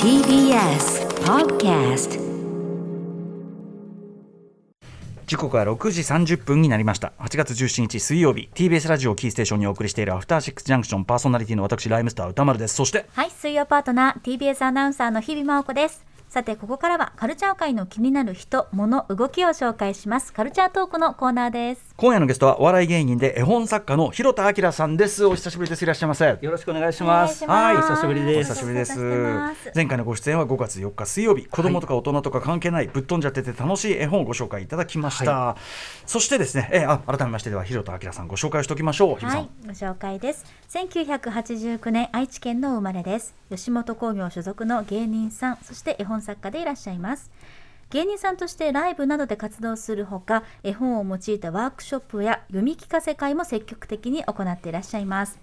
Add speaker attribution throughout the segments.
Speaker 1: TBS Podcast
Speaker 2: 時刻は6時30分になりました8月17日水曜日 TBS ラジオをキーステーションにお送りしているアフターシックスジャンクションパーソナリティの私ライムスター歌丸ですそして
Speaker 3: はい、水曜パートナー TBS アナウンサーの日々真央子です。さて、ここからはカルチャー界の気になる人、物、動きを紹介します。カルチャートークのコーナーです。
Speaker 2: 今夜のゲストはお笑い芸人で絵本作家の広田明さんですお久しぶりですいらっしゃいませ
Speaker 4: よろしくお願いします。
Speaker 3: お願いします
Speaker 4: はい、お久しぶり
Speaker 2: お
Speaker 4: です
Speaker 2: 久しぶりです
Speaker 3: お久しぶりです
Speaker 2: 前回のご出演は5月4日水曜日子供とか大人とか関係ない、ぶっ飛んじゃってて楽しい絵本をご紹介いただきました、そしてですね、えーあ改めましてでは広田明さんご紹介しておきましょう日比さ
Speaker 3: は
Speaker 2: ん、
Speaker 3: い、ご紹介です。1989年、愛知県の生まれです。吉本興業所属の芸人さん、そして絵本作家でいらっしゃいます。芸人さんとしてライブなどで活動するほか、絵本を用いたワークショップや読み聞かせ会も積極的に行っていらっしゃいます。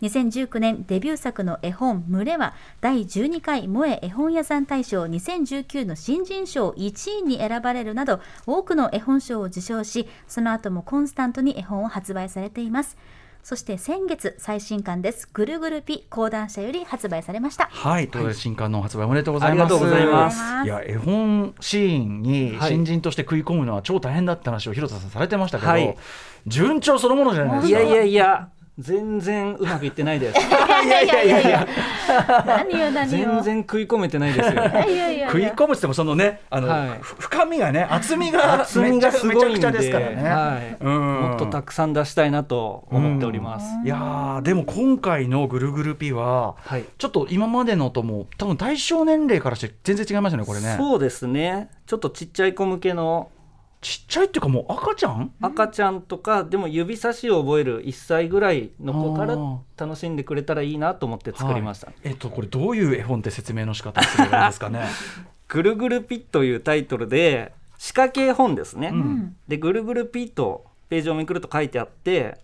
Speaker 3: 2019年デビュー作の絵本「群れ」は第12回萌え絵本屋さん大賞2019の新人賞1位に選ばれるなど多くの絵本賞を受賞しその後もコンスタントに絵本を発売されていますそして先月最新刊です「ぐるぐるピ」講談社より発売されました
Speaker 2: はい、ということで新刊の発売おめでとうございます。
Speaker 4: ありがとうござい
Speaker 3: ます
Speaker 2: いや、絵本シーンに
Speaker 4: はい
Speaker 2: 新人として食い込むのは超大変だって話を広田さんされてましたけど、
Speaker 4: はい
Speaker 2: 順調そのものじゃないです
Speaker 4: い
Speaker 2: か。
Speaker 4: やいやいや、全然うまくいってな いです。
Speaker 3: いやいやいやいや何よ何よ
Speaker 4: 全然食い込めてない ですよ。
Speaker 3: いやいや
Speaker 2: 食い込むっつってもそのね、あの、
Speaker 4: はい
Speaker 2: ふ深みがね、厚みが
Speaker 4: 厚みがすごいん
Speaker 2: めちゃくちゃめちゃくちゃ
Speaker 4: で、
Speaker 2: ですからね。
Speaker 4: はい、
Speaker 2: うん
Speaker 4: もっとたくさん出したいなと思っております。
Speaker 2: いやーでも今回のぐるぐるピは、
Speaker 4: はい
Speaker 2: ちょっと今までのとも多分対象年齢からして全然違いましたねこれね。
Speaker 4: そうですね。ちょっとちっちゃい子向けの
Speaker 2: ちっちゃいっていうかもう赤ちゃん？
Speaker 4: 赤ちゃんとか、でも指差しを覚える1歳ぐらいの子か
Speaker 2: あ
Speaker 4: ら
Speaker 2: ー
Speaker 4: 楽しんでくれたらいいなと思って作りました。
Speaker 2: はいえっとこれどういう絵本って説明の仕方すればいいんですかね。
Speaker 4: ぐるぐるピッというタイトルで仕掛け絵本ですね、
Speaker 2: ん
Speaker 4: でぐるぐるピッとページをめくると書いてあって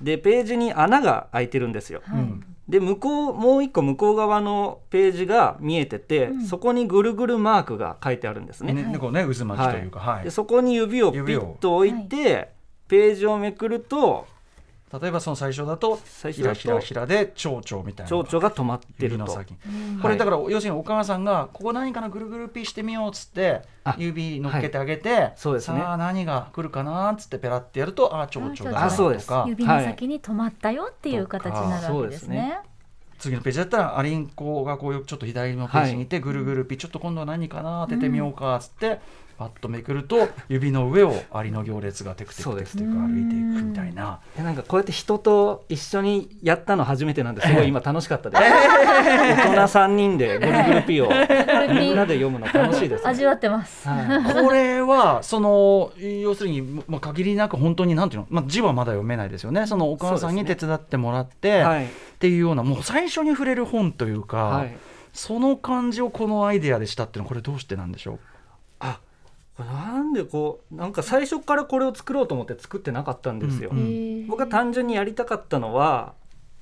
Speaker 4: でページに穴が開いてるんですよ、
Speaker 3: はい
Speaker 4: で向こうもう一個向こう側のページが見えてて、そこにぐるぐるマークが書いてあるん ですね
Speaker 2: ね、ねこうね渦巻きというか、はい
Speaker 4: でそこに指をピ
Speaker 2: 指を
Speaker 4: ッと置いて、ページをめくると
Speaker 2: 例えばその最初だと
Speaker 4: 最
Speaker 2: ひ
Speaker 4: 初
Speaker 2: ら
Speaker 4: だと
Speaker 2: ひらひらで蝶々みたいな
Speaker 4: 蝶々が止まって
Speaker 2: 指
Speaker 4: る
Speaker 2: の
Speaker 4: と
Speaker 2: 先こ
Speaker 4: は
Speaker 2: れ
Speaker 4: い
Speaker 2: だから要するにお母さんがここ何かなぐるぐるピーしてみようっつって
Speaker 4: あ
Speaker 2: 指乗っけてあげて、
Speaker 4: そうですね
Speaker 2: さあ何が来るかなっつってペラってやるとああ蝶々だ
Speaker 3: あ
Speaker 2: な
Speaker 3: そ
Speaker 4: そう
Speaker 2: と
Speaker 4: です
Speaker 2: か
Speaker 3: 指の先に止まったよっていう形になるわけです
Speaker 4: はい
Speaker 3: ね。
Speaker 2: 次のページだったらアリンコがこうよちょっと左のページにいてぐるぐるピーちょっと今度は何かな当ててみようかっつって、パッとめくると指の上をアリの行列がテクテクテクテク歩いていくみたいな。
Speaker 4: でなんかこうやって人と一緒にやったの初めてな んですごい今楽しかったです、大人3人でゴルグルピーをみんなで読むの楽し いです、ね
Speaker 3: 味わってます。
Speaker 4: はい
Speaker 2: これはその要するに、まあ、限りなく本当になんていうの、まあ、字はまだ読めないですよねそのお母さんに
Speaker 4: そうで
Speaker 2: 手
Speaker 4: す
Speaker 2: 伝ってもらって、
Speaker 4: はい
Speaker 2: っていうようなもう最初に触れる本というか、
Speaker 4: はい、
Speaker 2: その感じをこのアイデアでしたっていうのはこれどうしてなんでしょう
Speaker 4: あこれなんでこうなんか最初からこれを作ろうと思って作ってなかったんですよ、
Speaker 2: うん
Speaker 4: 僕は単純にやりたかったのは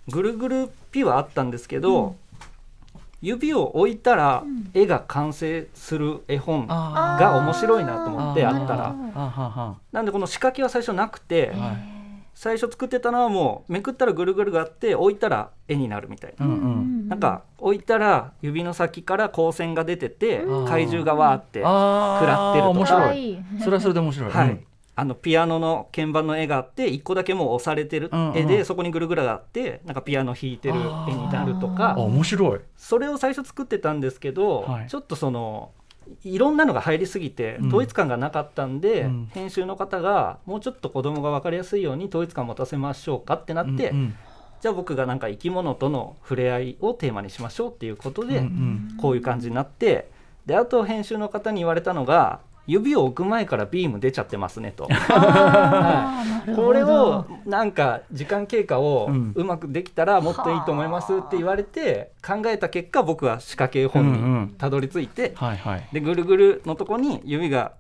Speaker 4: ぐるぐるピはあったんですけど、指を置いたら絵が完成する絵本
Speaker 2: あ
Speaker 4: が面白いなと思って
Speaker 2: あ
Speaker 4: あ
Speaker 2: ー
Speaker 4: ったら
Speaker 2: あはは
Speaker 4: なんでこの仕掛けは最初なくて、
Speaker 2: はい
Speaker 4: 最初作ってたのはもうめくったらぐるぐるがあって置いたら絵になるみたいな、
Speaker 2: うんうん
Speaker 4: なんか置いたら指の先から光線が出てて、
Speaker 2: うん
Speaker 4: 怪獣がわーって、
Speaker 2: あー
Speaker 4: 食らってるとか
Speaker 2: 面
Speaker 3: か
Speaker 2: 白
Speaker 3: わ
Speaker 2: い
Speaker 3: いい。
Speaker 2: それはそれで面白い、
Speaker 4: はい
Speaker 2: うん
Speaker 4: あのピアノの鍵盤の絵があって一個だけもう押されてる
Speaker 2: うんうん
Speaker 4: 絵で、そこにぐるぐるがあってなんかピアノ弾いてる絵になると
Speaker 2: あ
Speaker 4: か
Speaker 2: 面白い
Speaker 4: それを最初作ってたんですけど、
Speaker 2: はい
Speaker 4: ちょっとそのいろんなのが入りすぎて
Speaker 2: うん
Speaker 4: 統一感がなかったんで、
Speaker 2: うん
Speaker 4: 編集の方がもうちょっと子供が分かりやすいように統一感持たせましょうかってなって、
Speaker 2: うんうん
Speaker 4: じゃあ僕がなんか生き物との触れ合いをテーマにしましょうっていうことで、
Speaker 2: うんうん
Speaker 4: こういう感じになってであと編集の方に言われたのが指を置く前からビーム出ちゃってますねと
Speaker 3: あーなるほど
Speaker 4: これをなんか時間経過を
Speaker 2: うん
Speaker 4: うまくできたらもっといいと思いますって言われて考えた結果僕は仕掛け絵
Speaker 2: うんう
Speaker 4: 本
Speaker 2: ん
Speaker 4: にたどり着いて
Speaker 2: はいはい
Speaker 4: でぐるぐるのとこに指が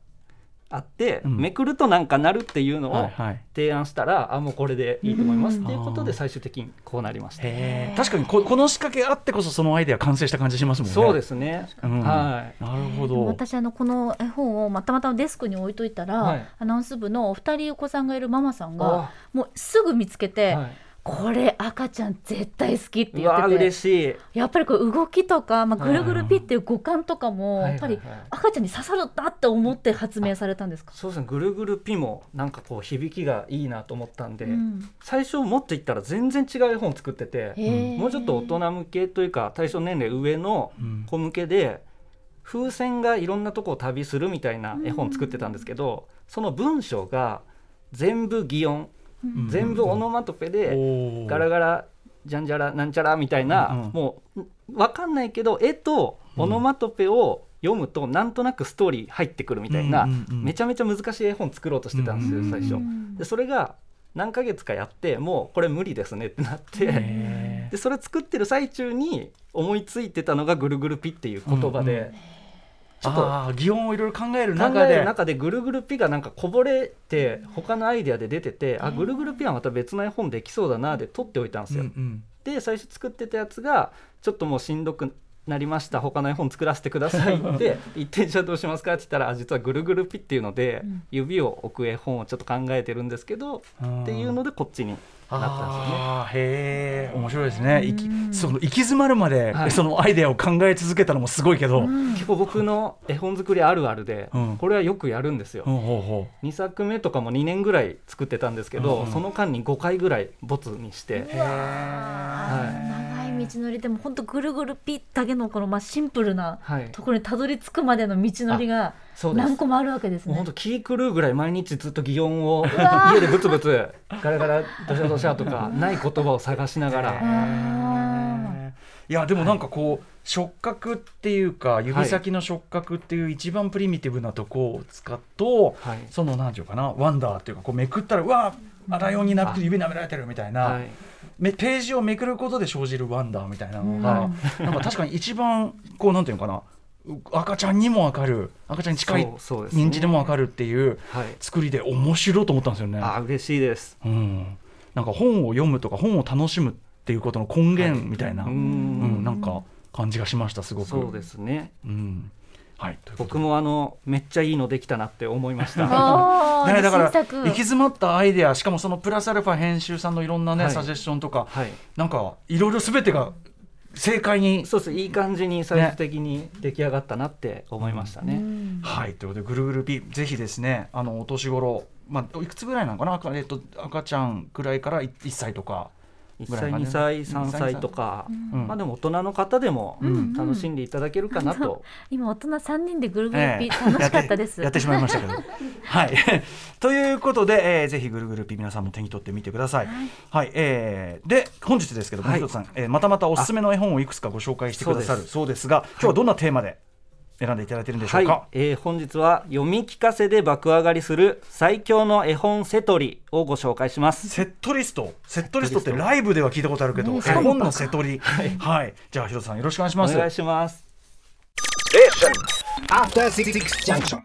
Speaker 4: あって
Speaker 2: うん
Speaker 4: めくるとなんかなるっていうの
Speaker 2: はい
Speaker 4: を
Speaker 2: はい
Speaker 4: 提案したらあもうこれでいいと思いますっていうこと
Speaker 2: う
Speaker 4: で
Speaker 2: ん
Speaker 4: 最終的にこうなりました。
Speaker 2: へー確かにここの仕掛けあってこそそのアイデア完成した感じしますもんね
Speaker 4: そうですね、
Speaker 2: うん
Speaker 4: はい
Speaker 2: なるほ
Speaker 3: でも
Speaker 2: ど
Speaker 3: 私あのこの絵本をまたまたデスクに置いといたら、
Speaker 4: はい
Speaker 3: アナウンス部のお二人お子さんがいるママさんが
Speaker 4: あ
Speaker 3: もうすぐ見つけて、
Speaker 4: はい
Speaker 3: これ赤ちゃん絶対好きって
Speaker 4: う
Speaker 3: 言っ
Speaker 4: わー
Speaker 3: てて
Speaker 4: 嬉しい
Speaker 3: やっぱりこう動きとか、まあ、ぐるぐるピっていう五感とかも
Speaker 4: はい
Speaker 3: やっぱり
Speaker 4: はいはい
Speaker 3: 赤ちゃんに刺さるなって思って発明されたんですか、
Speaker 4: そうですねぐるぐるピもなんかこう響きがいいなと思ったんで、
Speaker 3: うん
Speaker 4: 最初もっといったら全然違う絵本作ってて、
Speaker 3: へー
Speaker 4: もうちょっと大人向けというか対象年齢上の
Speaker 2: うん
Speaker 4: 子向けで風船がいろんなとこを旅するみたいな絵本作ってたんですけど、その文章が全部擬音、
Speaker 2: うん
Speaker 4: 全部オノマトペで、
Speaker 2: おー
Speaker 4: ガラガラじゃんじゃらなんちゃらみたい
Speaker 2: うんう
Speaker 4: な、
Speaker 2: ん
Speaker 4: もう分かんないけど絵とオノマトペを読むとなんとなくストーリー入ってくるみたいな、
Speaker 2: うんうんうん
Speaker 4: めちゃめちゃ難しい絵本作ろうとしてたんですよ、
Speaker 2: うん
Speaker 4: 最初。でそれが何ヶ月かやってもうこれ無理ですねってなって、
Speaker 2: へ
Speaker 4: でそれ作ってる最中に思いついてたのが「ぐるぐるピ」っていう言葉で、
Speaker 2: うんうん
Speaker 4: ちょっと
Speaker 2: ああ擬音をいろいろ考える
Speaker 4: 考
Speaker 2: 中
Speaker 4: え
Speaker 2: で
Speaker 4: る中で「ぐるぐるピ」がなんかこぼれて他のアイデアで出てて「あぐるぐるピ」はまた別の絵本できそうだなで取っておいたんですよ。
Speaker 2: うん
Speaker 4: で最初作ってたやつがちょっともうしんどくなりました他の絵本作らせてくださいって 一点じゃあどうしますかって言ったらあ実はぐるぐるピっていうので
Speaker 3: うん
Speaker 4: 指を置く絵本をちょっと考えてるんですけど
Speaker 2: うん
Speaker 4: っていうのでこっちになったんですよね。
Speaker 2: ああへえ面白いですね。いき
Speaker 3: うん
Speaker 2: その行き詰まるまで、
Speaker 4: はい
Speaker 2: そのアイデアを考え続けたのもすごいけど。
Speaker 3: うん
Speaker 4: 結構僕の絵本作りあるあるで
Speaker 2: うん
Speaker 4: これはよくやるんですよ。
Speaker 2: ほうほうほ
Speaker 4: 2作目とかも2年ぐらい作ってたんですけ
Speaker 2: うんう
Speaker 4: ど
Speaker 2: ん
Speaker 4: その間に5回ぐらいボツにして
Speaker 2: う。へえ。
Speaker 3: あー長い道のりでも本当ぐるぐるピだけのこのまあシンプルな
Speaker 4: はい
Speaker 3: ところにたどり着くまでの道のりが
Speaker 4: そうです
Speaker 3: 何個もあるわけです
Speaker 4: もう
Speaker 3: ね
Speaker 4: 本。当気狂うぐらい毎日ずっと擬音を
Speaker 3: わー
Speaker 4: 家でブツブツガラガラドシャドシャとかない言葉を探しなが
Speaker 2: へ
Speaker 4: ら
Speaker 3: あ
Speaker 2: えいやでもなんかこう、触覚っていうか指先の触覚っていう一番プリミティブなとこを使うと、
Speaker 4: はい
Speaker 2: その何ていうかなワンダーっていうかこうめくったらうわあライオンになって指舐められてるみたいな、
Speaker 4: はい
Speaker 2: めページをめくることで生じるワンダーみたいなの
Speaker 3: う
Speaker 2: が、
Speaker 3: ん
Speaker 2: なんか確かに一番こうなんていうのかなう赤ちゃんにもわかる赤ちゃんに近い
Speaker 4: そうそうですね
Speaker 2: 認知でもわかるっていう
Speaker 4: はい
Speaker 2: 作りで面白いと思ったんですよね。
Speaker 4: あー嬉しいです
Speaker 2: うん、なんか本を読むとか本を楽しむっていうことの根源みたいな、
Speaker 4: う
Speaker 2: うん
Speaker 4: ん
Speaker 2: なんか感じがしましたすごく。
Speaker 4: そうですね
Speaker 2: うんはい、ということで
Speaker 4: 僕もあのめっちゃいいのできたなって思いまし た
Speaker 3: あー
Speaker 2: ね、だから
Speaker 3: 新
Speaker 2: 行
Speaker 3: 作
Speaker 2: き詰まったアイデアしかもそのプラスアルファ編集さんのいろんなね、
Speaker 4: はい
Speaker 2: サジェッションとか
Speaker 4: はい
Speaker 2: なんかいろいろ全てが正解に
Speaker 4: そうですいい感じに最終的に出来上がったなって思いました
Speaker 3: う
Speaker 4: ね
Speaker 3: ん
Speaker 2: はいということでぐるぐるピぜひですねあのお年頃まあいくつぐらいなのかな赤,、えっと、赤ちゃんくらいからい一歳とか、
Speaker 4: 1
Speaker 2: ぐらい
Speaker 4: 歳
Speaker 2: かな
Speaker 4: 2歳3歳とか
Speaker 2: うん
Speaker 4: まあでも大人の方でも
Speaker 2: うん
Speaker 4: 楽しんでいただけるかなと
Speaker 3: 今大人三人でぐるぐる
Speaker 2: ええ
Speaker 3: ピ楽しかったです。
Speaker 2: やってやってしまいましたけ どはいということで、えーぜひぐるぐるピ皆さんも手に取ってみてくださいはい、えーで本日ですけども、
Speaker 4: はい
Speaker 2: ひとつさん、えーまたまたおすすめの絵本をいくつかご紹介してくださる
Speaker 4: あ
Speaker 2: そうですが今日はどんなテーマで選んでいただいてるんでしょうか、
Speaker 4: はい、えー本日は読み聞かせで爆上がりする最強の絵本セトリをご紹介します。
Speaker 2: セットリスト、セットリストってライブでは聞いたことあるけど、
Speaker 3: ね
Speaker 2: 絵
Speaker 3: しかも
Speaker 2: 本のセトリ、はい、じゃあ、ヒロさん、よろしくお願いし
Speaker 4: お
Speaker 2: ます。
Speaker 4: 願いします。
Speaker 5: After Six Junction.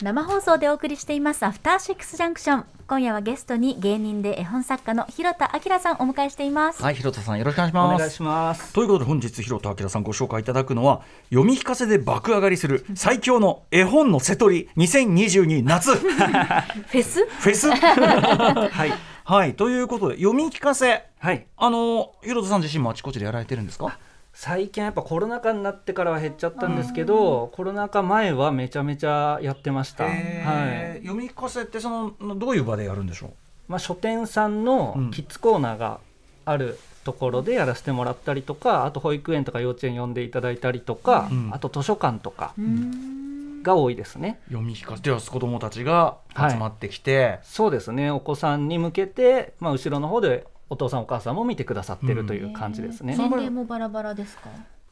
Speaker 3: 生放送でお送りしていますアフターシックスジャンクション。今夜はゲストに芸人で絵本作家の広田明さんをお迎えしています。
Speaker 2: はい、ヒロさん、よろしくお願いし
Speaker 4: お
Speaker 2: ま
Speaker 4: 願い
Speaker 2: す。
Speaker 4: します。
Speaker 2: ということで、本日、ヒロタ明さんご紹介いただくのは、読み聞かせで爆上がりする最強の絵本のセトリ2022夏フ
Speaker 3: フェス？
Speaker 2: ェ ス。
Speaker 4: はい、
Speaker 2: はい、ということで、読み聞かせ、
Speaker 4: はい、
Speaker 2: あの、ヒロさん自身もあちこちでやられてるんですか
Speaker 4: 最近やっぱコロナ禍になってからは減っちゃったんですけど、コロナ禍前はめちゃめちゃやってました。
Speaker 2: えー
Speaker 4: はい、
Speaker 2: 読み聞かせって、その、どういう場でやるんでしょう
Speaker 4: まあ書店さんのキッズコーナーがある。ところでやらせてもらったりとかあと保育園とか幼稚園呼んでいただいたりとか、
Speaker 2: うん
Speaker 4: あと図書館とか
Speaker 3: うん
Speaker 4: が多いですね。
Speaker 2: 読み聞かせでは子供たちが集まってきて、
Speaker 4: そうですねお子さんに向けて、まあ、後ろの方でお父さんお母さんも見てくださってるという感じですね、
Speaker 3: 年齢もバラバラですか。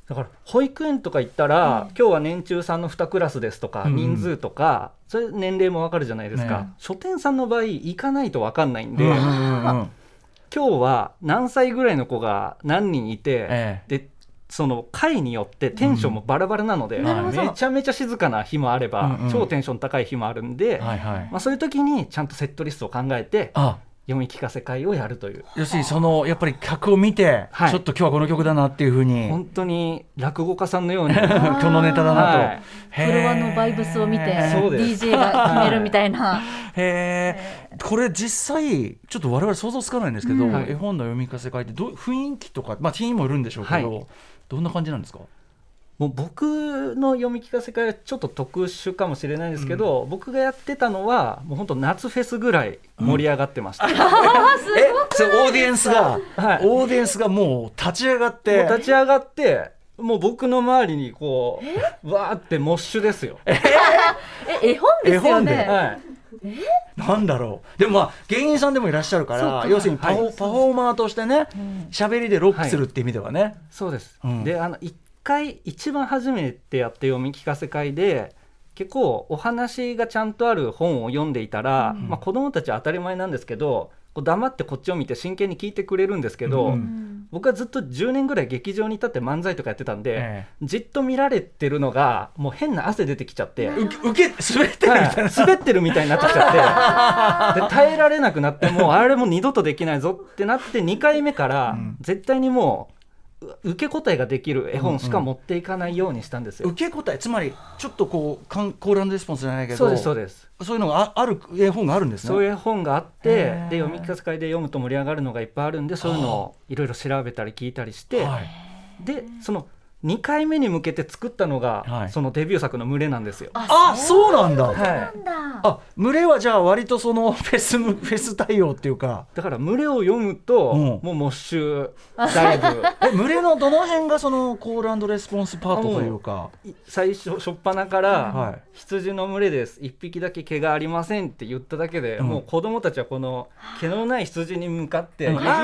Speaker 4: だから保育園とか行ったら、今日は年中さんの2クラスですとか、
Speaker 2: うん
Speaker 4: 人数とかそれ年齢もわかるじゃないですか、
Speaker 2: ね
Speaker 4: 書店さんの場合行かないとわかんないんで、
Speaker 2: うんうん
Speaker 4: 今
Speaker 2: うんうん
Speaker 4: 日は何歳ぐらいの子が何人いて、
Speaker 2: え
Speaker 4: でその会によってテンションもバラバラなので、
Speaker 3: んなるほど
Speaker 4: めちゃめちゃ静かな日もあれば、
Speaker 2: うんうん
Speaker 4: 超テンション高い日もあるんで、
Speaker 2: はいはい
Speaker 4: まあ、そういう時にちゃんとセットリストを考えて
Speaker 2: あ
Speaker 4: 読み聞かせ会をやるという
Speaker 2: 要するにそのやっぱり客を見て、
Speaker 4: はい
Speaker 2: ちょっと今日はこの曲だなっていうふうに
Speaker 4: 本当に落語家さんのよう に
Speaker 2: 今日のネタだなと、
Speaker 4: はい
Speaker 2: へー
Speaker 3: フロアのバイブスを見て
Speaker 4: そうです
Speaker 3: DJ が決めるみたいな。
Speaker 2: へえ、これ実際ちょっと我々想像つかないんですけど、
Speaker 3: うん
Speaker 2: 絵本の読み聞かせ会ってどう雰囲気とかまあティーンもいるんでしょうけど、
Speaker 4: はい
Speaker 2: どんな感じなんですか？
Speaker 4: もう僕の読み聞かせ会はちょっと特殊かもしれないですけど、僕がやってたのはもう本当夏フェスぐらい盛り上がってました、
Speaker 2: え、それオーディエンスが、
Speaker 4: はい
Speaker 2: オーディエンスがもう立ち上がっ
Speaker 4: もう
Speaker 2: て、
Speaker 4: 立ち上がってもう僕の周りにこうわーってモッシュですよ、
Speaker 3: え絵本ですよ
Speaker 2: 絵本で
Speaker 3: ね。
Speaker 4: はい、
Speaker 2: なんだろう。でもまあ芸人さんでもいらっしゃるから、要するにパフォ,、
Speaker 4: はい
Speaker 2: パフォーマーとしてね、喋りでロックするって意味ではね。
Speaker 4: そうです、
Speaker 2: うん
Speaker 4: であの一回一番初めてやって読み聞かせ会で結構お話がちゃんとある本を読んでいたら、
Speaker 2: うん
Speaker 4: まあ、子供たちは当たり前なんですけどこう黙ってこっちを見て真剣に聞いてくれるんですけど、
Speaker 2: うん
Speaker 3: うん
Speaker 4: 僕はずっと10年ぐらい劇場に立って漫才とかやってたんで、
Speaker 2: え
Speaker 4: じっと見られてるのがもう変な汗出てきちゃって。
Speaker 2: え受け受け 滑ってるみたいな。
Speaker 4: はい滑ってるみたいになってきち ゃってで耐えられなくなってもうあれもう二度とできないぞってなって2回目から、
Speaker 2: うん
Speaker 4: 絶対にもうう受け答えができる絵本しか持っていかないようにしたんですよ。
Speaker 2: 受け答えつまりちょっとこうカンコールアンドレスポンスじゃないけど
Speaker 4: そうですそうです
Speaker 2: そういうのがあある絵本があるんですね
Speaker 4: そういう絵本があっ
Speaker 2: へ
Speaker 4: て
Speaker 2: ー
Speaker 4: で読み聞かせ会で読むと盛り上がるのがいっぱいあるんでそういうのをいろいろ調べたり聞いたりして、
Speaker 2: はい
Speaker 4: でその2回目に向けて作ったのが、
Speaker 2: はい
Speaker 4: そのデビュー作の「群れ」なんですよ。
Speaker 2: あそうなんだ、
Speaker 4: はい
Speaker 3: なんだ。
Speaker 2: あ群れはじゃあ割とその フェスフェス対応っていうか
Speaker 4: だから群れを読むと、
Speaker 2: うん
Speaker 4: もうモッシュだいぶ
Speaker 2: え群れのどの辺がそのコールアンドレスポンスパートというか
Speaker 4: い最初初っ端から、
Speaker 2: はい
Speaker 4: 羊の群れです一匹だけ毛がありませんって言っただけで、
Speaker 2: うん
Speaker 4: もう子供たちはこの毛のない羊に向かって
Speaker 2: うん
Speaker 4: 指をうわ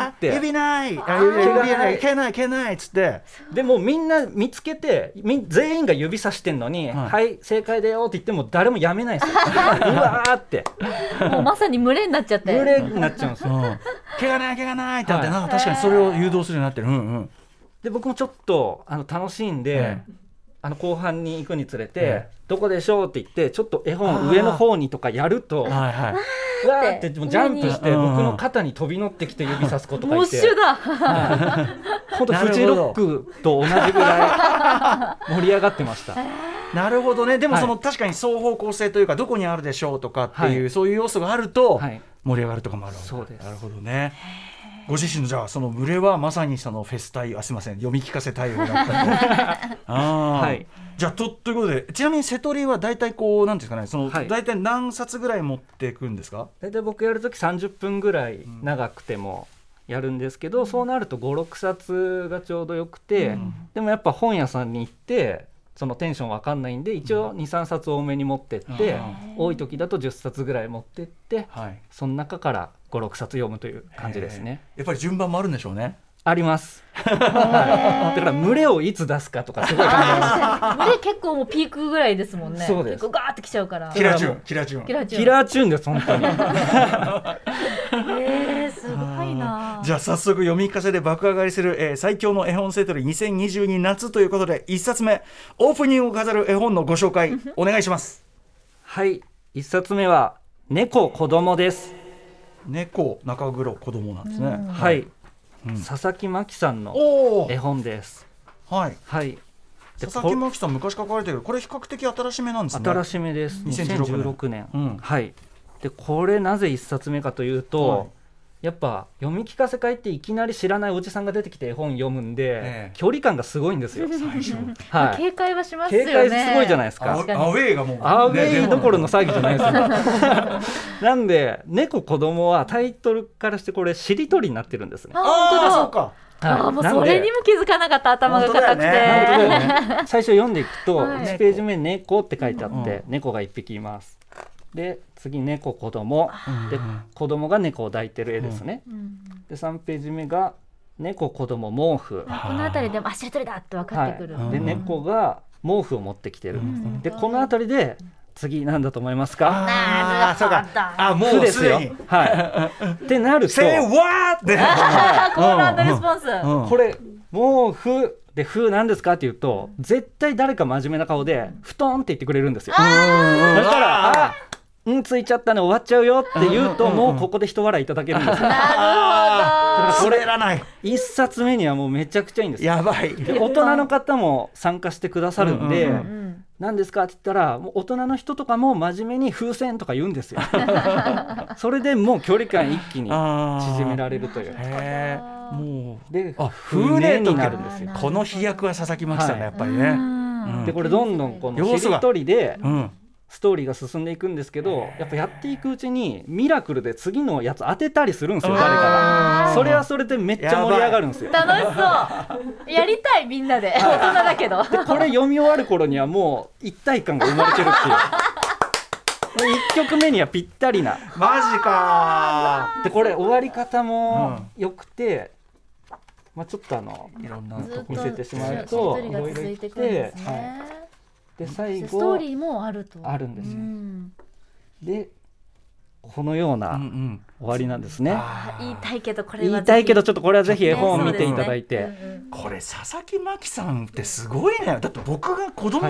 Speaker 4: ーって
Speaker 2: 指ないあ指ない
Speaker 4: 毛が
Speaker 2: 指
Speaker 4: な
Speaker 2: ないいけないけないっつって
Speaker 4: でもうみんな見つけてみ全員が指さしてんのに「
Speaker 2: は
Speaker 4: はいい、正解だよ」って言っても誰もやめない んですようわーって
Speaker 3: もうまさに群れになっちゃって。
Speaker 4: 群れになっちゃうんです
Speaker 2: う
Speaker 4: よ
Speaker 2: ん毛がない毛がないってなって
Speaker 4: はい
Speaker 2: なんか確かにそれを誘導するようになってるうんうん
Speaker 4: で僕もちょっとあの楽しんで、
Speaker 2: え
Speaker 4: あの後半に行くにつれて、
Speaker 2: え
Speaker 4: どこでしょうって言ってちょっと絵本を上の方にとかやるとわ
Speaker 2: はいはい
Speaker 4: ーってもうジャンプして
Speaker 2: 上
Speaker 4: 僕
Speaker 2: に
Speaker 4: の肩に飛び乗ってきて指さすことが
Speaker 3: モ
Speaker 4: い
Speaker 3: ッ
Speaker 4: て
Speaker 3: シュ だ。
Speaker 4: 本当フジロックと同じぐら い盛り上がってました
Speaker 2: なるほどねでも
Speaker 4: はい
Speaker 2: その、確かに双方向性というかどこにあるでしょうとかっていう、
Speaker 4: はい
Speaker 2: そういう要素があると
Speaker 4: はい
Speaker 2: 盛り上がるとかもあるわけだ
Speaker 4: そうです
Speaker 2: なるほどねご自身のじゃあその群れはまさにそのフェス対あすいません読み聞かせ対応だ ったりあー
Speaker 4: はい
Speaker 2: じゃあとということでちなみに瀬戸利は大体こうなんていうんですかねその、
Speaker 4: はい
Speaker 2: 大体何冊ぐらい持っていくんですか
Speaker 4: 大体僕やる時30分ぐらい長くてもやるんですけど、そうなると56冊がちょうどよくて、でもやっぱ本屋さんに行ってそのテンションわかんないんで一応23冊多めに持ってって、多い時だと10冊ぐらい持ってって
Speaker 2: はい
Speaker 4: その中から56冊読むという感じですね。
Speaker 2: やっぱり順番もあるんでしょうね
Speaker 4: あります、はい、だから群れをいつ出すかとかすごい考えます
Speaker 3: 群れ結構もうピークぐらいですもんね。
Speaker 4: そうです
Speaker 3: 結構ガーってきちゃうから。
Speaker 2: キラチュンキラチュン
Speaker 3: キラチュン
Speaker 4: キラーチューンです本当に
Speaker 3: えー、すごいな。
Speaker 2: じゃあ早速読み聞かせで爆上がりする、えー最強の絵本セトリ2022夏ということで1冊目オープニングを飾る絵本のご紹 介お願いします
Speaker 4: はい一冊目は猫子供です、
Speaker 2: 猫中黒子供なんですね
Speaker 4: はい、
Speaker 2: うん
Speaker 4: 佐々木真希さんの
Speaker 2: おお
Speaker 4: 絵本です
Speaker 2: はい
Speaker 4: はいで
Speaker 2: 佐々木
Speaker 4: こ
Speaker 2: 真希さん昔書かれてるこれ比較的新しめなんですね
Speaker 4: 新
Speaker 2: し
Speaker 4: しめです
Speaker 2: 2016
Speaker 4: 2016年
Speaker 2: うん
Speaker 4: はいでこれなぜ一冊目かというと、
Speaker 2: はい
Speaker 4: やっぱ読み聞かせ会っていきなり知らないおじさんが出てきて絵本読むんで、
Speaker 2: ええ
Speaker 4: 距離感がすごいんですよ、
Speaker 2: い
Speaker 3: まあ
Speaker 4: はい、
Speaker 3: 警戒はしますよ
Speaker 4: 警
Speaker 3: ね。
Speaker 4: 戒すごいじゃないですか
Speaker 2: アウ
Speaker 3: 確かに
Speaker 2: アウェーがもう
Speaker 4: アウェイどころ
Speaker 2: の
Speaker 4: の騒ぎじゃないですよ なんで猫子供はタイトルからしてこれしりとりになってるんですね
Speaker 3: あ
Speaker 2: ああそう
Speaker 3: 本当だ。
Speaker 2: か
Speaker 3: あ
Speaker 4: は
Speaker 3: ー
Speaker 4: い
Speaker 3: もう
Speaker 4: なん
Speaker 3: そ
Speaker 4: で
Speaker 3: れにも気づかなかった頭が
Speaker 2: 本
Speaker 3: 硬く
Speaker 2: 当だ
Speaker 4: なるほど
Speaker 3: て。
Speaker 4: ね最初読んでいくと
Speaker 3: はい
Speaker 4: 1ページ目「猫」って書いてあっ
Speaker 2: うん
Speaker 4: て猫が1匹いますで次「猫子供
Speaker 2: うん
Speaker 4: で子供が猫を抱いてる絵ですね
Speaker 3: うん
Speaker 4: で3ページ目が「猫子供毛布」
Speaker 3: この辺りでもあしりとりだって分かっ
Speaker 4: は
Speaker 3: てくる。
Speaker 2: はい
Speaker 4: い、で
Speaker 2: うん
Speaker 4: 猫が毛布を持ってきて
Speaker 2: う
Speaker 4: る
Speaker 2: ん
Speaker 4: でこの辺りで次何だと思いますか
Speaker 2: ああそうかあも
Speaker 4: 「ふ」
Speaker 2: う
Speaker 4: ですす
Speaker 2: で
Speaker 4: よ
Speaker 2: に。
Speaker 4: はい、ってなる と
Speaker 2: せーわーって
Speaker 3: あーコールアンドレスポンス。
Speaker 2: うん
Speaker 4: これ「毛布」で「ふ」なんですかって言うと絶対誰か真面目な顔で「布団」って言ってくれるんですよ。
Speaker 2: うんうんうん
Speaker 4: だから、あうんついちゃったね終わっちゃうよって言うと
Speaker 2: うんうんうんうん
Speaker 4: もうここで一笑いいただける んですよ
Speaker 2: あーそれらない
Speaker 4: 一冊目にはもうめちゃくちゃいいんですよ
Speaker 2: やばい
Speaker 4: で大人の方も参加してくださるんで、
Speaker 2: うんうんう
Speaker 5: うん
Speaker 4: 何ですかって言ったらもう大人の人とかも真面目に風船とか言う んですよそれでもう距離感一気に縮
Speaker 2: 縮
Speaker 4: められるという
Speaker 2: へえもう
Speaker 4: で
Speaker 2: あ
Speaker 4: 船
Speaker 2: 風鈴
Speaker 4: に
Speaker 2: と
Speaker 4: な
Speaker 2: か
Speaker 4: るんですよ
Speaker 2: この飛躍は佐々木真希さんだや
Speaker 4: はい
Speaker 2: っぱりねうん
Speaker 4: でこれどんどんこのしりとりで
Speaker 2: うん
Speaker 4: ストーリーが進んでいくんですけどやっぱやっていくうちにミラクルで次のやつ当てたりするんですよ誰か
Speaker 2: あ
Speaker 4: が
Speaker 2: ー
Speaker 4: それはそれでめっちゃ盛り上がるんですよ
Speaker 5: 楽しそうやりたいみんなで大人だけど
Speaker 4: でこれ読み終わる頃にはもう一体感が生まれてるっていう1曲目にはぴったりな
Speaker 2: マジか
Speaker 4: でこれ終わり方も良くて、まあ、ちょっとあの
Speaker 2: ーいろんな
Speaker 5: ずっと
Speaker 4: 見せてしまう
Speaker 5: そ
Speaker 4: と
Speaker 5: うしりとりが続いてくるんです
Speaker 4: いろいろ
Speaker 5: ね、
Speaker 4: で最
Speaker 5: スト
Speaker 4: 後
Speaker 5: ーリーもあると
Speaker 4: あるんですよ
Speaker 5: うん
Speaker 4: でこのような
Speaker 2: うんう
Speaker 4: 終
Speaker 2: ん
Speaker 4: わりなんですね、
Speaker 2: あー
Speaker 5: 言いたいけどこれは
Speaker 4: 言いたいけど
Speaker 5: ぜ
Speaker 4: ちょっとこれはぜひ絵本を見ていただい
Speaker 5: ひ
Speaker 4: て、
Speaker 5: うんうん
Speaker 2: これ佐々木真希さんってすごいねだって僕が子供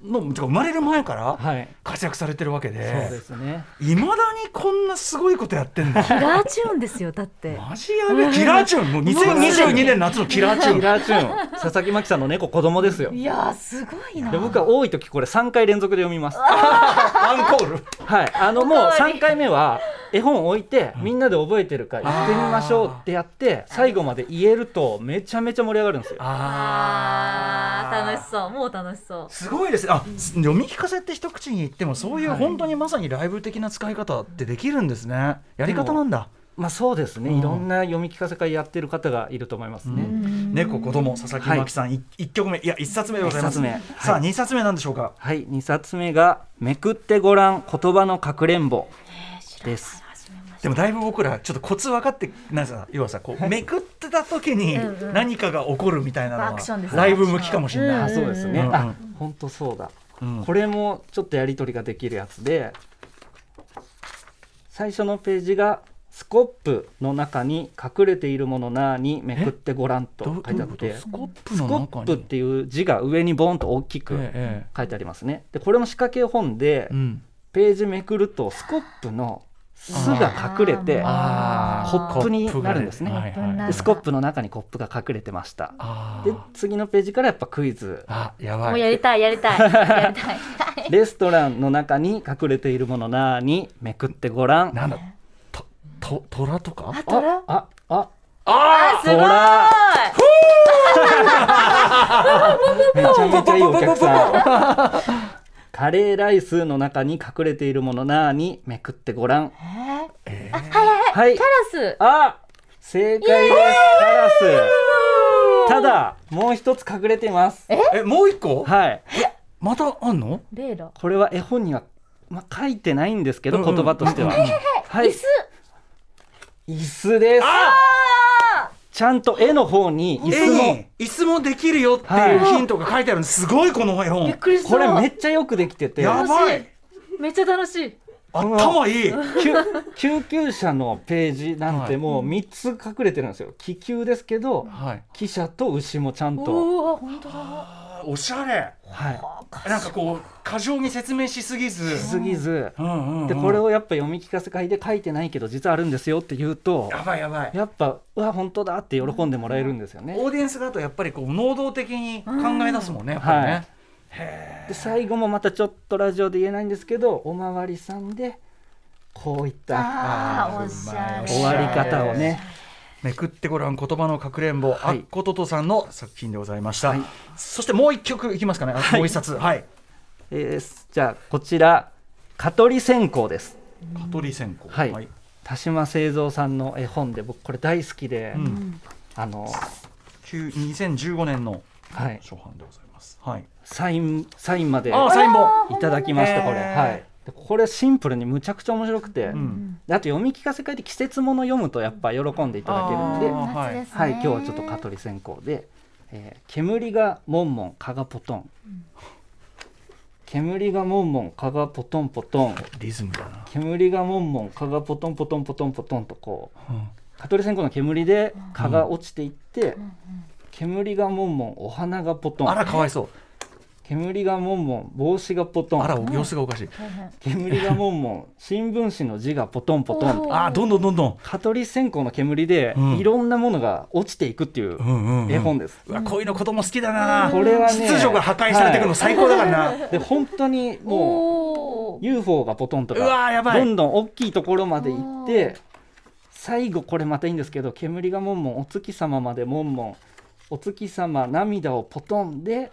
Speaker 2: の、てか生まれる前から
Speaker 4: はい
Speaker 2: 活躍されてるわけ
Speaker 4: そう
Speaker 2: で
Speaker 4: ですね
Speaker 2: いまだにこんなすごいことやってんだ
Speaker 5: キラーチューンですよだって
Speaker 2: マジやべえキラーチューンもう2022年夏のキラーチュ
Speaker 4: キ
Speaker 2: ーン
Speaker 4: ラーチューン佐々木真希さんの猫子供ですよ
Speaker 5: いやーすごいな
Speaker 4: で僕は多い時これ3回連続で読みます
Speaker 2: アンコール
Speaker 4: はいあのもう
Speaker 5: おかわり
Speaker 4: 3回目は絵本置いてみんなで覚えてるから言ってみましょうってやって最後まで言えるとめちゃめちゃ盛り上がるんですよ
Speaker 5: あー楽しそうもう楽しそう
Speaker 2: すごいですねあ、読み聞かせって一口に言ってもそういう本当にまさにライブ的な使い方ってできるんですねやり方なんだ
Speaker 4: まあそうですね、
Speaker 2: うん
Speaker 4: いろんな読み聞かせ会やってる方がいると思いますね。
Speaker 2: うん猫子供佐々木真希さん、い一曲目いや一冊目でございます
Speaker 4: 一冊目はい
Speaker 2: さあ二冊目なんでしょうか
Speaker 4: はい、2冊目が「めくってごらん言葉のかくれんぼ」です。
Speaker 2: でもだいぶ僕らちょっとコツ分かってなんかさ要はさこうめくってた時に
Speaker 5: うんうん
Speaker 2: 何かが起こるみたいなの
Speaker 5: アクションで
Speaker 2: は
Speaker 5: すね
Speaker 2: ライブ向きかもしれ
Speaker 5: うん
Speaker 2: ない、
Speaker 4: あそうですね、
Speaker 2: うん
Speaker 4: あ本当そうだ、
Speaker 2: うん
Speaker 4: これもちょっとやり取りができるやつで最初のページが「スコップの中に隠れているものなーにめくってごらん」と
Speaker 2: どう
Speaker 4: 書いてあっ
Speaker 2: どうい
Speaker 4: て
Speaker 2: う
Speaker 4: 「ス
Speaker 2: ことスコップの中
Speaker 4: コッ
Speaker 2: に
Speaker 4: プ」っていう字が上にボーンと大きく
Speaker 2: えええ
Speaker 4: 書いてありますね。でこれも仕掛け本
Speaker 2: え
Speaker 4: で、
Speaker 2: うん、
Speaker 4: ページめくるとスコップの巣が隠れて
Speaker 2: あ
Speaker 4: コップになるんですね
Speaker 2: コップが
Speaker 5: コップにな
Speaker 4: でスコップの中にコップが隠れてました
Speaker 2: あ
Speaker 4: で
Speaker 2: ー
Speaker 4: 次のページからやっぱクイズ
Speaker 2: あや
Speaker 5: も
Speaker 2: ば
Speaker 5: う
Speaker 2: い
Speaker 5: やりたいやりたいやりたい
Speaker 4: レストランの中に隠れているものなーにめくってごらん
Speaker 2: なんだとと虎とか
Speaker 5: あとら
Speaker 4: あああ
Speaker 2: あ
Speaker 5: すごい
Speaker 4: 虎めちゃめちゃいいお客さんカレーライスの中に隠れているものなーにめくってごらん
Speaker 5: え
Speaker 4: はい
Speaker 5: カラス
Speaker 4: あ正解ですカラスただもう一つ隠れています
Speaker 2: えもう一個
Speaker 4: はい
Speaker 2: またあんの
Speaker 5: レイロ
Speaker 4: これは絵本には、まあ、書いてないんですけど、
Speaker 2: うん
Speaker 4: 言葉としては、
Speaker 2: うんうん
Speaker 4: はい
Speaker 5: 椅子
Speaker 4: 椅子ですちゃんと絵の方に椅
Speaker 2: 絵
Speaker 4: 子
Speaker 2: に
Speaker 4: も
Speaker 2: 椅子もできるよっていうヒントが書いてあるのすごいこの絵
Speaker 5: びっ
Speaker 2: 本
Speaker 5: くりした
Speaker 4: これめっちゃよくできてて
Speaker 2: やばい
Speaker 5: めっちゃ楽しい
Speaker 2: 頭いい
Speaker 4: 救救急車のページなんてもう3つ隠れてるんですよ気球ですけど
Speaker 2: はい
Speaker 4: 汽車と牛もちゃんと、
Speaker 5: おお本当だ
Speaker 2: あおしゃれ
Speaker 4: は
Speaker 2: なんかこう過剰に説明しすぎず
Speaker 4: い、しすぎず
Speaker 2: うんうんうん
Speaker 4: でこれをやっぱ読み聞かせ会で書いてないけど実はあるんですよって言うと
Speaker 2: やばいやばい
Speaker 4: やっぱうわ本当だって喜んでもらえるんですよね
Speaker 2: オーディエンスだとやっぱりこう能動的に考え出すもんねやっぱり
Speaker 4: はい
Speaker 2: ね
Speaker 4: で最後もまたちょっとラジオで言えないんですけどおまわりさんでこういった
Speaker 5: あー
Speaker 2: あー
Speaker 5: おしゃれ
Speaker 2: ー
Speaker 4: 終わり方をね
Speaker 2: めくってごらん言葉のかくれんぼあ
Speaker 4: はい
Speaker 2: っこととさんの作品でございました
Speaker 4: はい
Speaker 2: そしてもう一曲いきますかねあもう一冊はい
Speaker 4: えーすじゃあこちら「蚊取り線香」です
Speaker 2: 香取線香
Speaker 4: はい田島製三さんの絵本で僕これ大好きで、
Speaker 2: うん
Speaker 4: あの、
Speaker 2: 旧2015年の
Speaker 4: はい、
Speaker 2: 初版でございますはい
Speaker 4: サインサインまで
Speaker 2: あーサイン本
Speaker 4: いただきましたこれ、
Speaker 2: へー
Speaker 4: はい、でこれシンプルにむちゃくちゃ面白くて、
Speaker 2: うん
Speaker 4: であと読み聞かせ会で季節もの読むとやっぱ喜んでいただけるんで
Speaker 2: あーはい
Speaker 5: 夏ですね
Speaker 4: はい、今日はちょっと蚊取り線香で、えー煙がもんもん蚊がポトン、煙がもんもん蚊がポトンポトン
Speaker 2: リズムだな
Speaker 4: 煙がもんもん蚊がポトンポトンポトンポトンとこう
Speaker 2: うん
Speaker 4: 蚊取り線香の煙で蚊が落ちていって、煙がもんもんお花がポト
Speaker 2: あ
Speaker 4: ン
Speaker 2: らかわいそう
Speaker 4: 煙がもんもん帽子がポト
Speaker 2: あら
Speaker 4: ン
Speaker 2: 様子がおかしい
Speaker 5: 大変
Speaker 4: 煙がも んもん新聞紙の字がポトンポト
Speaker 5: お
Speaker 4: ン
Speaker 5: ー
Speaker 2: あーどんどんどんどん
Speaker 4: 蚊取り線香の煙で
Speaker 2: うん
Speaker 4: いろんなものが落ちていくっていう
Speaker 2: うんうんうん
Speaker 4: 絵本です、
Speaker 2: うわこういうの子供好きだな
Speaker 4: これはね
Speaker 2: 秩序が破壊されてくの最高だからな、
Speaker 4: はいで本当にも
Speaker 5: お
Speaker 4: う
Speaker 5: ー
Speaker 4: UFO がポトンと
Speaker 2: うわ
Speaker 4: か
Speaker 2: ーやばい
Speaker 4: どんどん大きいところまで行って最後これまたいいんですけど煙がもんもんお月様までもんもんお月様涙をポトンで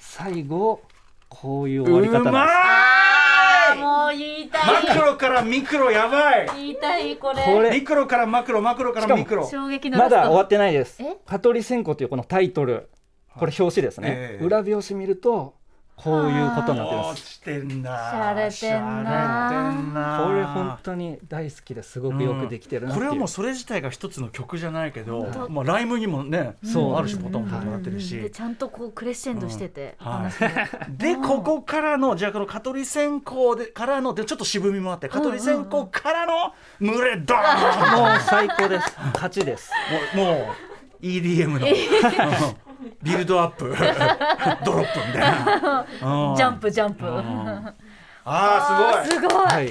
Speaker 4: 最後こういう終わり方
Speaker 2: う
Speaker 4: なん
Speaker 2: ま
Speaker 4: です
Speaker 5: あー
Speaker 2: ーい
Speaker 5: もう言いた
Speaker 2: マク
Speaker 5: い
Speaker 2: ロからミクロやばい
Speaker 5: 言いたいこ
Speaker 4: こ
Speaker 5: れ
Speaker 4: れ
Speaker 2: ミクロからマクロマクロからミクロ
Speaker 5: 衝撃の
Speaker 4: まだ終わ
Speaker 5: っ
Speaker 4: ってないです
Speaker 5: え。
Speaker 4: 蚊取り線香というこのタイトル、これ表紙ですね。
Speaker 2: ええ
Speaker 4: 裏表紙見るとこういうことになってま
Speaker 2: 落ち
Speaker 4: す。
Speaker 2: てんな
Speaker 5: 洒落てんな
Speaker 2: 洒落てんな
Speaker 4: これ本当に大好きですごくよくできてるな
Speaker 2: こ
Speaker 4: ってい
Speaker 2: れ
Speaker 4: う。
Speaker 2: はもうそれ自体が一つの曲じゃないけど
Speaker 5: 本、当
Speaker 2: まあ、ライムにもね
Speaker 4: そう
Speaker 2: ある種ボタンボタンなってるし、
Speaker 5: でちゃんとこうクレッシェンドしてて、
Speaker 2: うんはい、でここからのじゃあこの蚊取り線香でからのでちょっと渋みもあって蚊取り線香からの群れドーン
Speaker 4: もう最高です。勝ちです。
Speaker 2: もうもう EDM のうんビルドアップ ドロップみたい な、うん
Speaker 5: ジャンプジャンプ、
Speaker 2: うん
Speaker 5: あ
Speaker 2: あ
Speaker 5: ー
Speaker 2: ーすごい
Speaker 5: すごい、
Speaker 4: はい。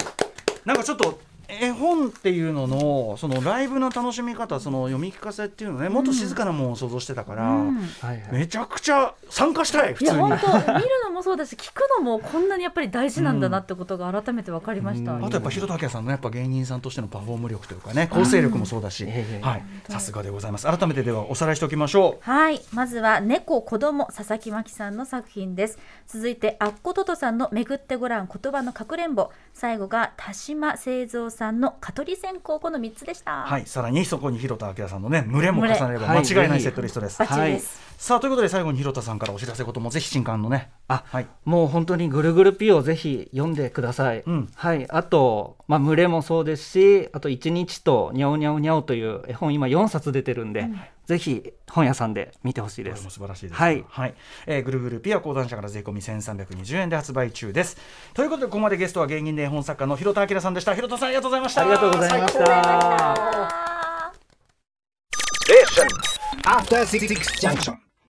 Speaker 2: なんかちょっと絵本っていうののそのライブの楽しみ方その読み聞かせっていうのねもっと静かなものを想像してたから、
Speaker 4: はいはい。
Speaker 2: めちゃくちゃ参加したい普
Speaker 5: い
Speaker 2: 通
Speaker 5: や
Speaker 2: に。
Speaker 5: 本当見るのもそうだし聞くのもこんなにやっぱり大事なんだなってことが改めて分かりました、
Speaker 4: うん
Speaker 2: あとやっぱ広田明さんのやっぱ芸人さんとしてのパフォーム力というかね構成力もそうだし、
Speaker 4: うんええ
Speaker 2: はい、さすがでございます改めてではおさらいしておきましょ
Speaker 3: はいまずは猫子供佐々木真希さんの作品です続いてアッコトトさんのめぐってごらん言葉のかくれんぼ最後が田島製造さんの蚊取り線香この三つでした
Speaker 2: う、はい、さらにそこに広田明さんのね群れも重ねれば間
Speaker 4: 群れ
Speaker 2: 違い
Speaker 4: は
Speaker 2: ない
Speaker 4: い
Speaker 2: セットリストです、
Speaker 3: バッチリで
Speaker 4: はい
Speaker 3: す、
Speaker 2: さあということで最後に広田さんからお知らせこともぜひ新刊のね
Speaker 4: あ、
Speaker 2: はい
Speaker 4: もう本当にぐるぐるピーをぜひ読んでください。
Speaker 2: うん
Speaker 4: はい。あと、まあ、群れもそうですし、あと、一日とにゃおにゃおにゃおという絵本、今4冊出てるんで、ぜひ本屋さんで見てほしいで
Speaker 2: これ
Speaker 4: す
Speaker 2: も。素晴らしいです。
Speaker 4: はい
Speaker 2: えーぐるぐるピア講談社から税込み1320円で発売中です。ということで、ここまでゲストは芸人で絵本作家の広田明さんでした。広田さん、ありがとうございました。
Speaker 4: ありがとうございました。
Speaker 6: After Six Junction.